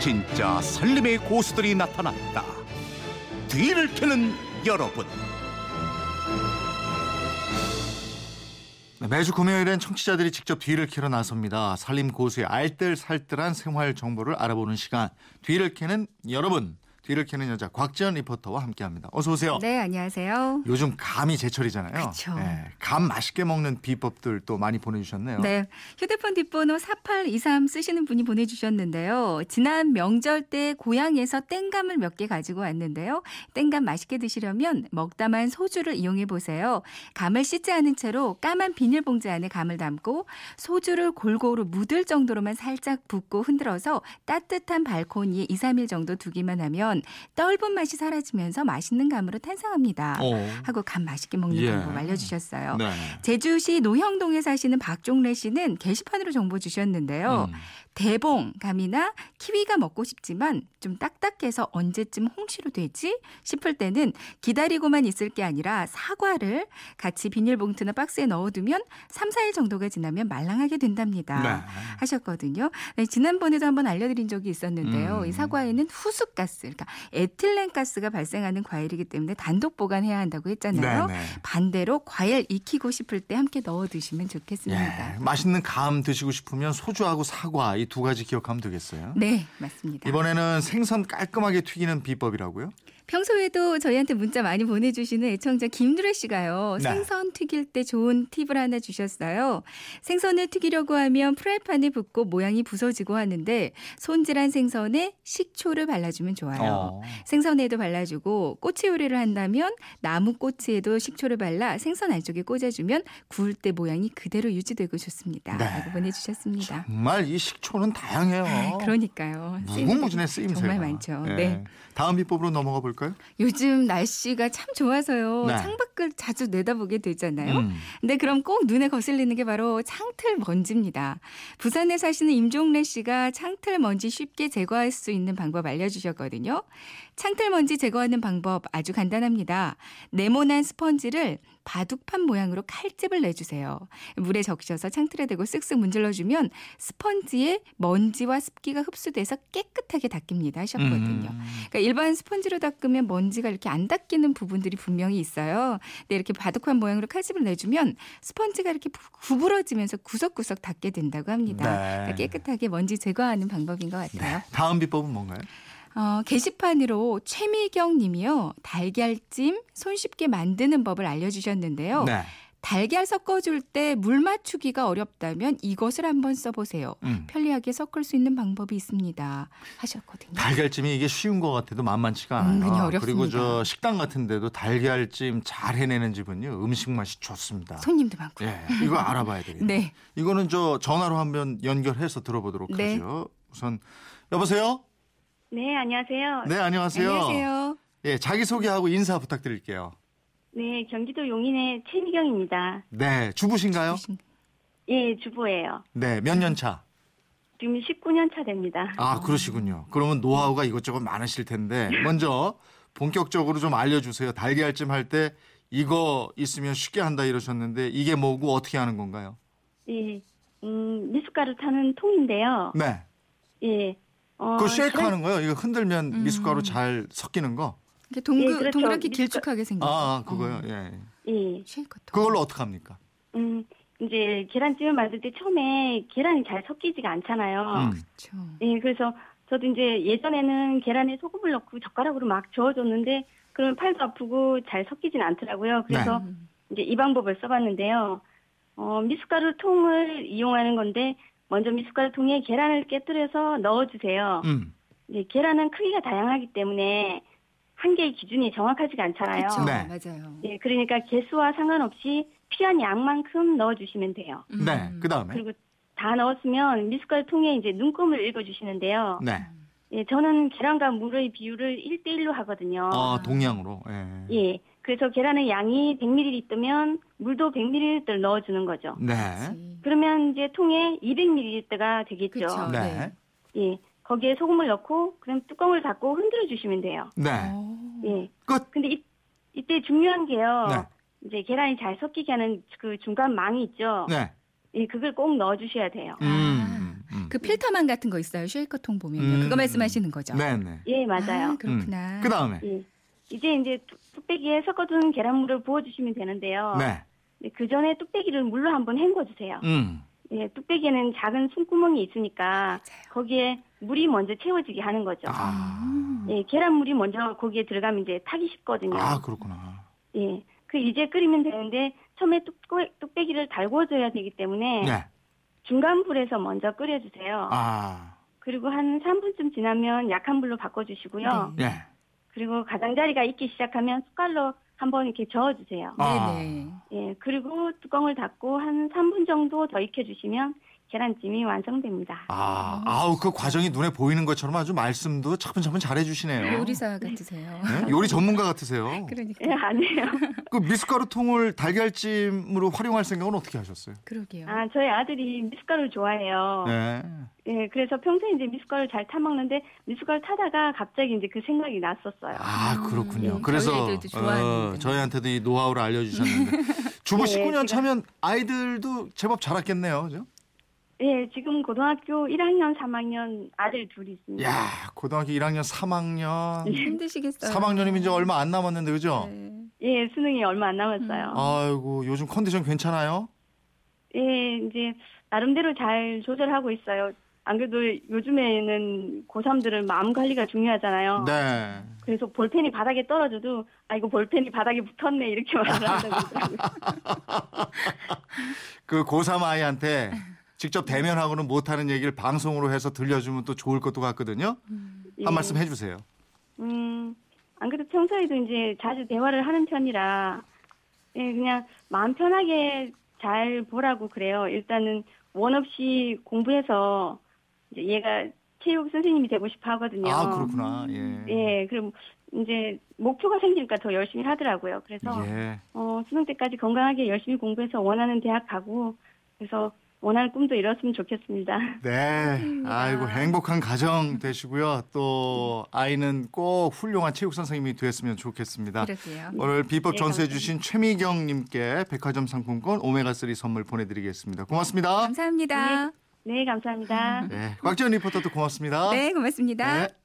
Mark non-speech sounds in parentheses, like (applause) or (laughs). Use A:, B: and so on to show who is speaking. A: 진짜 살림의 고수들이 나타났다. 뒤를 캐는 여러분.
B: 네, 매주 금요일엔 청취자들이 직접 뒤를 캐러 나섭니다. 살림 고수의 알뜰살뜰한 생활 정보를 알아보는 시간. 뒤를 캐는 여러분, 뒤를 캐는 여자 곽지연 리포터와 함께합니다. 어서 오세요.
C: 네, 안녕하세요.
B: 요즘 감이 제철이잖아요.
C: 그쵸.
B: 예, 감 맛있게 먹는 비법들 또 많이 보내주셨네요.
C: 네. 휴대폰 뒷번호 4823 쓰시는 분이 보내주셨는데요. 지난 명절 때 고향에서 땡감을 몇 개 가지고 왔는데요. 땡감 맛있게 드시려면 먹다만 소주를 이용해 보세요. 감을 씻지 않은 채로 까만 비닐봉지 안에 감을 담고 소주를 골고루 묻을 정도로만 살짝 붓고 흔들어서 따뜻한 발코니에 2, 3일 정도 두기만 하면 떫은 맛이 사라지면서 맛있는 감으로 탄생합니다.
B: 오.
C: 하고 감 맛있게 먹는
B: 예.
C: 방법 알려주셨어요.
B: 어. 네.
C: 제주시 노형동에 사시는 박종래 씨는 게시판으로 정보 주셨는데요.
B: 음.
C: 대봉감이나 키위가 먹고 싶지만 좀 딱딱해서 언제쯤 홍시로 되지 싶을 때는 기다리고만 있을 게 아니라 사과를 같이 비닐봉투나 박스에 넣어두면 3, 4일 정도가 지나면 말랑하게 된답니다.
B: 네.
C: 하셨거든요. 네, 지난번에도 한번 알려드린 적이 있었는데요.
B: 음.
C: 이 사과에는 후숙가스, 그러니까 에틸렌가스가 발생하는 과일이기 때문에 단독 보관해야 한다고 했잖아요.
B: 네, 네.
C: 반대로 과일 익히고 싶을 때 함께 넣어 드시면 좋겠습니다.
B: 예, 맛있는 감 드시고 싶으면 소주하고 사과 이 두 가지 기억하면 되겠어요.
C: 네, 맞습니다.
B: 이번에는 생선 깔끔하게 튀기는 비법이라고요?
C: 평소에도 저희한테 문자 많이 보내주시는 애청자 김누래 씨가요.
B: 네.
C: 생선 튀길 때 좋은 팁을 하나 주셨어요. 생선을 튀기려고 하면 프라이팬에 붓고 모양이 부서지고 하는데 손질한 생선에 식초를 발라주면 좋아요.
B: 어.
C: 생선에도 발라주고 꼬치 요리를 한다면 나무 꼬치에도 식초를 발라 생선 안쪽에 꽂아주면 구울 때 모양이 그대로 유지되고 좋습니다.
B: 네.
C: 라고 보내주셨습니다.
B: 정말 이 식초는 다양해요.
C: 아, 그러니까요.
B: 어. 음. 무궁무진의 쓰임새가
C: 정말 많죠.
B: 예.
C: 네.
B: 다음 비법으로 넘어가 볼까요?
C: 요즘 날씨가 참 좋아서요.
B: 네.
C: 창밖을 자주 내다보게 되잖아요.
B: 음.
C: 근데 네, 그럼 꼭 눈에 거슬리는 게 바로 창틀 먼지입니다. 부산에 사시는 임종래 씨가 창틀 먼지 쉽게 제거할 수 있는 방법 알려주셨거든요. 창틀 먼지 제거하는 방법 아주 간단합니다. 네모난 스펀지를 바둑판 모양으로 칼집을 내주세요. 물에 적셔서 창틀에 대고 쓱쓱 문질러주면 스펀지에 먼지와 습기가 흡수돼서 깨끗하게 닦입니다 하셨거든요.
B: 음.
C: 그러니까 일반 스펀지로 닦으면 먼지가 이렇게 안 닦이는 부분들이 분명히 있어요. 근데 이렇게 바둑판 모양으로 칼집을 내주면 스펀지가 이렇게 부- 구부러지면서 구석구석 닦게 된다고 합니다.
B: 네.
C: 그러니까 깨끗하게 먼지 제거하는 방법인 것 같아요.
B: 다음 비법은 뭔가요? 네.
C: 어, 게시판으로 최미경 님이요. 달걀찜 손쉽게 만드는 법을 알려주셨는데요.
B: 네.
C: 달걀 섞어줄 때 물 맞추기가 어렵다면 이것을 한번 써보세요.
B: 음.
C: 편리하게 섞을 수 있는 방법이 있습니다. 하셨거든요.
B: 달걀찜이 이게 쉬운 것 같아도 만만치가 않아요.
C: 은근히 음, 어렵습니다.
B: 그리고 저 식당 같은데도 달걀찜 잘 해내는 집은요 음식 맛이 좋습니다.
C: 손님도 많고.
B: 예, 이거 알아봐야 되겠네요.
C: 네.
B: 이거는 저 전화로 한번 연결해서 들어보도록
C: 네.
B: 하죠. 우선 여보세요.
D: 네, 안녕하세요.
B: 네 안녕하세요.
C: 안녕하세요.
B: 예 자기 소개하고 인사 부탁드릴게요.
D: 네, 경기도 용인의 최미경입니다.
B: 네 주부신가요?
D: 예, 주부예요.
B: 네 몇 년 차?
D: 지금 19년 차 됩니다.
B: 아 그러시군요. 그러면 노하우가 이것저것 많으실 텐데 먼저 본격적으로 좀 알려주세요. 달걀찜 할 때 이거 있으면 쉽게 한다 이러셨는데 이게 뭐고 어떻게 하는 건가요?
D: 예, 음, 미숫가루 타는 통인데요.
B: 네.
D: 예. 어,
B: 그거 쉐이크
D: 그래-
B: 하는 거예요. 이거 흔들면
C: 음.
B: 미숫가루 잘 섞이는 거.
C: 이게 동그,
D: 예, 그렇죠.
C: 동그랗게
D: 미숫가-
C: 길쭉하게 생긴
B: 아, 아,
C: 거.
B: 그거요.
C: 어,
B: 예, 예.
D: 예.
C: 쉐이크 통.
B: 그걸로 어떻게 합니까?
D: 음, 이제 계란찜을 만들 때 처음에 계란이 잘 섞이지가 않잖아요.
B: 음.
C: 그렇죠.
D: 예, 그래서 저도 이제 예전에는 계란에 소금을 넣고 젓가락으로 막 저어줬는데 그러면 팔도 아프고 잘 섞이진 않더라고요.
B: 네.
D: 그래서
C: 음.
D: 이제 이 방법을 써봤는데요. 어, 미숫가루 통을 이용하는 건데 먼저 미숫가루 통에 계란을 깨뜨려서 넣어주세요.
B: 음.
D: 이제 계란은 크기가 다양하기 때문에 한 개의 기준이 정확하지가 않잖아요.
C: 그렇죠.
B: 네.
C: 맞아요.
D: 예, 그러니까 개수와 상관없이 필요한 양만큼 넣어주시면 돼요.
C: 음.
B: 네. 그 다음에.
D: 그리고 다 넣었으면 미숫가루 통에 이제 눈금을 읽어주시는데요.
B: 네.
D: 예, 저는 계란과 물의 비율을 1대1로 하거든요.
B: 아, 동양으로. 예.
D: 예, 그래서 계란의 양이 100ml면 물도 100ml 넣어주는 거죠.
B: 네.
D: 그러면 이제 통에 200ml가 되겠죠.
C: 그렇죠.
B: 네.
D: 예. 거기에 소금을 넣고 그럼 뚜껑을 닫고 흔들어 주시면 돼요.
B: 네.
C: 음. 어.
D: 예.
B: 끝.
D: 근데 이, 이때 중요한 게요.
B: 네.
D: 이제 계란이 잘 섞이게 하는 그 중간 망이 있죠.
B: 네.
D: 예, 그걸 꼭 넣어 주셔야 돼요.
B: 음. 음.
C: 그 필터망 같은 거 있어요. 쉐이커통 보면
B: 음.
C: 요 그거 말씀하시는 거죠.
B: 네네.
D: 예, 맞아요.
C: 아, 그렇구나.
B: 그 다음에
D: 예. 이제 이제 뚝- 뚝배기에 섞어둔 계란물을 부어주시면 되는데요.
B: 네.
D: 그 전에 뚝배기를 물로 한번 헹궈주세요.
B: 음.
D: 예, 뚝배기에는 작은 숨구멍이 있으니까 거기에 물이 먼저 채워지게 하는 거죠.
B: 아.
D: 예, 계란물이 먼저 거기에 들어가면 이제 타기 쉽거든요.
B: 아 그렇구나.
D: 예, 그 이제 끓이면 되는데 처음에 뚝, 뚝배기를 달궈줘야 되기 때문에
B: 네.
D: 중간 불에서 먼저 끓여주세요.
B: 아.
D: 그리고 한 3분쯤 지나면 약한 불로 바꿔주시고요.
C: 네.
B: 예.
D: 그리고 가장자리가 익기 시작하면 숟갈로 한번 이렇게 저어주세요.
B: 아.
C: 네네.
D: 예, 그리고 뚜껑을 닫고 한 3분 정도 더 익혀주시면 계란찜이 완성됩니다.
B: 아, 아우 그 과정이 눈에 보이는 것처럼 아주 말씀도 차분차분 잘해주시네요.
C: 그 요리사 같으세요.
B: (laughs) 네? 요리 전문가 같으세요.
C: (laughs) 그러니까.
D: 음. 예, 아니에요.
B: 그 미숫가루 통을 달걀찜으로 활용할 생각은 어떻게 하셨어요?
C: 그러게요.
D: 아, 저희 아들이 미숫가루를 좋아해요.
B: 네.
D: 예, 그래서 평소에 이제 미숫가루를 잘 타먹는데 미숫가루 타다가 갑자기 이제 그 생각이 났었어요.
B: 아 그렇군요.
C: 음,
B: 그래서 어,
C: 저희 아이들도 좋아하는데.
B: 저희한테도 이 노하우를 알려주셨는데
C: (laughs)
B: 주부
D: 네,
B: 19년
D: 제가-
B: 차면 아이들도 제법 자랐겠네요, 그죠?
D: 예, 지금 고등학교 1학년, 3학년 아들 둘이
C: 네.
D: 있습니다.
B: 야 고등학교 1학년, 3학년,
C: 힘드시겠어요.
B: 3학년이면 이제 얼마 안 남았는데 그죠?
C: 네.
D: 예, 수능이 얼마 안 남았어요.
B: 음. 아이고 요즘 컨디션 괜찮아요?
D: 예, 이제 나름대로 잘 조절하고 있어요. 안 그래도 요즘에는 고3들은 마음 관리가 중요하잖아요.
B: 네.
D: 그래서 볼펜이 바닥에 떨어져도 아 이거 볼펜이 바닥에 붙었네 이렇게 말을
B: (laughs)
D: 한다고
B: 그 고3 아이한테 직접 대면하고는 못하는 얘기를 방송으로 해서 들려주면 또 좋을 것도 같거든요.
D: 예.
B: 한 말씀 해주세요.
D: 음, 안 그래도 평소에도 이제 자주 대화를 하는 편이라, 예, 그냥 마음 편하게 잘 보라고 그래요. 일단은 원 없이 공부해서 이제 얘가 체육 선생님이 되고 싶어 하거든요.
B: 아 그렇구나. 예.
D: 예, 그럼 이제 목표가 생기니까 더 열심히 하더라고요. 그래서
B: 예.
D: 어, 수능 때까지 건강하게 열심히 공부해서 원하는 대학 가고, 그래서 원하는 꿈도 이뤘으면 좋겠습니다. (laughs)
B: 네. 아이고 행복한 가정 되시고요. 또 아이는 꼭 훌륭한 체육 선생님이 됐으면 좋겠습니다.
C: 그러게요.
B: 오늘 비법
D: 네,
B: 전수해 주신 최미경님께 백화점 상품권 오메가3 선물 보내드리겠습니다. 고맙습니다.
C: 감사합니다.
D: 네, 감사합니다.
B: 음. 네, 곽지연 리포터도 고맙습니다.
D: 예.
C: 네, 고맙습니다.
B: 네.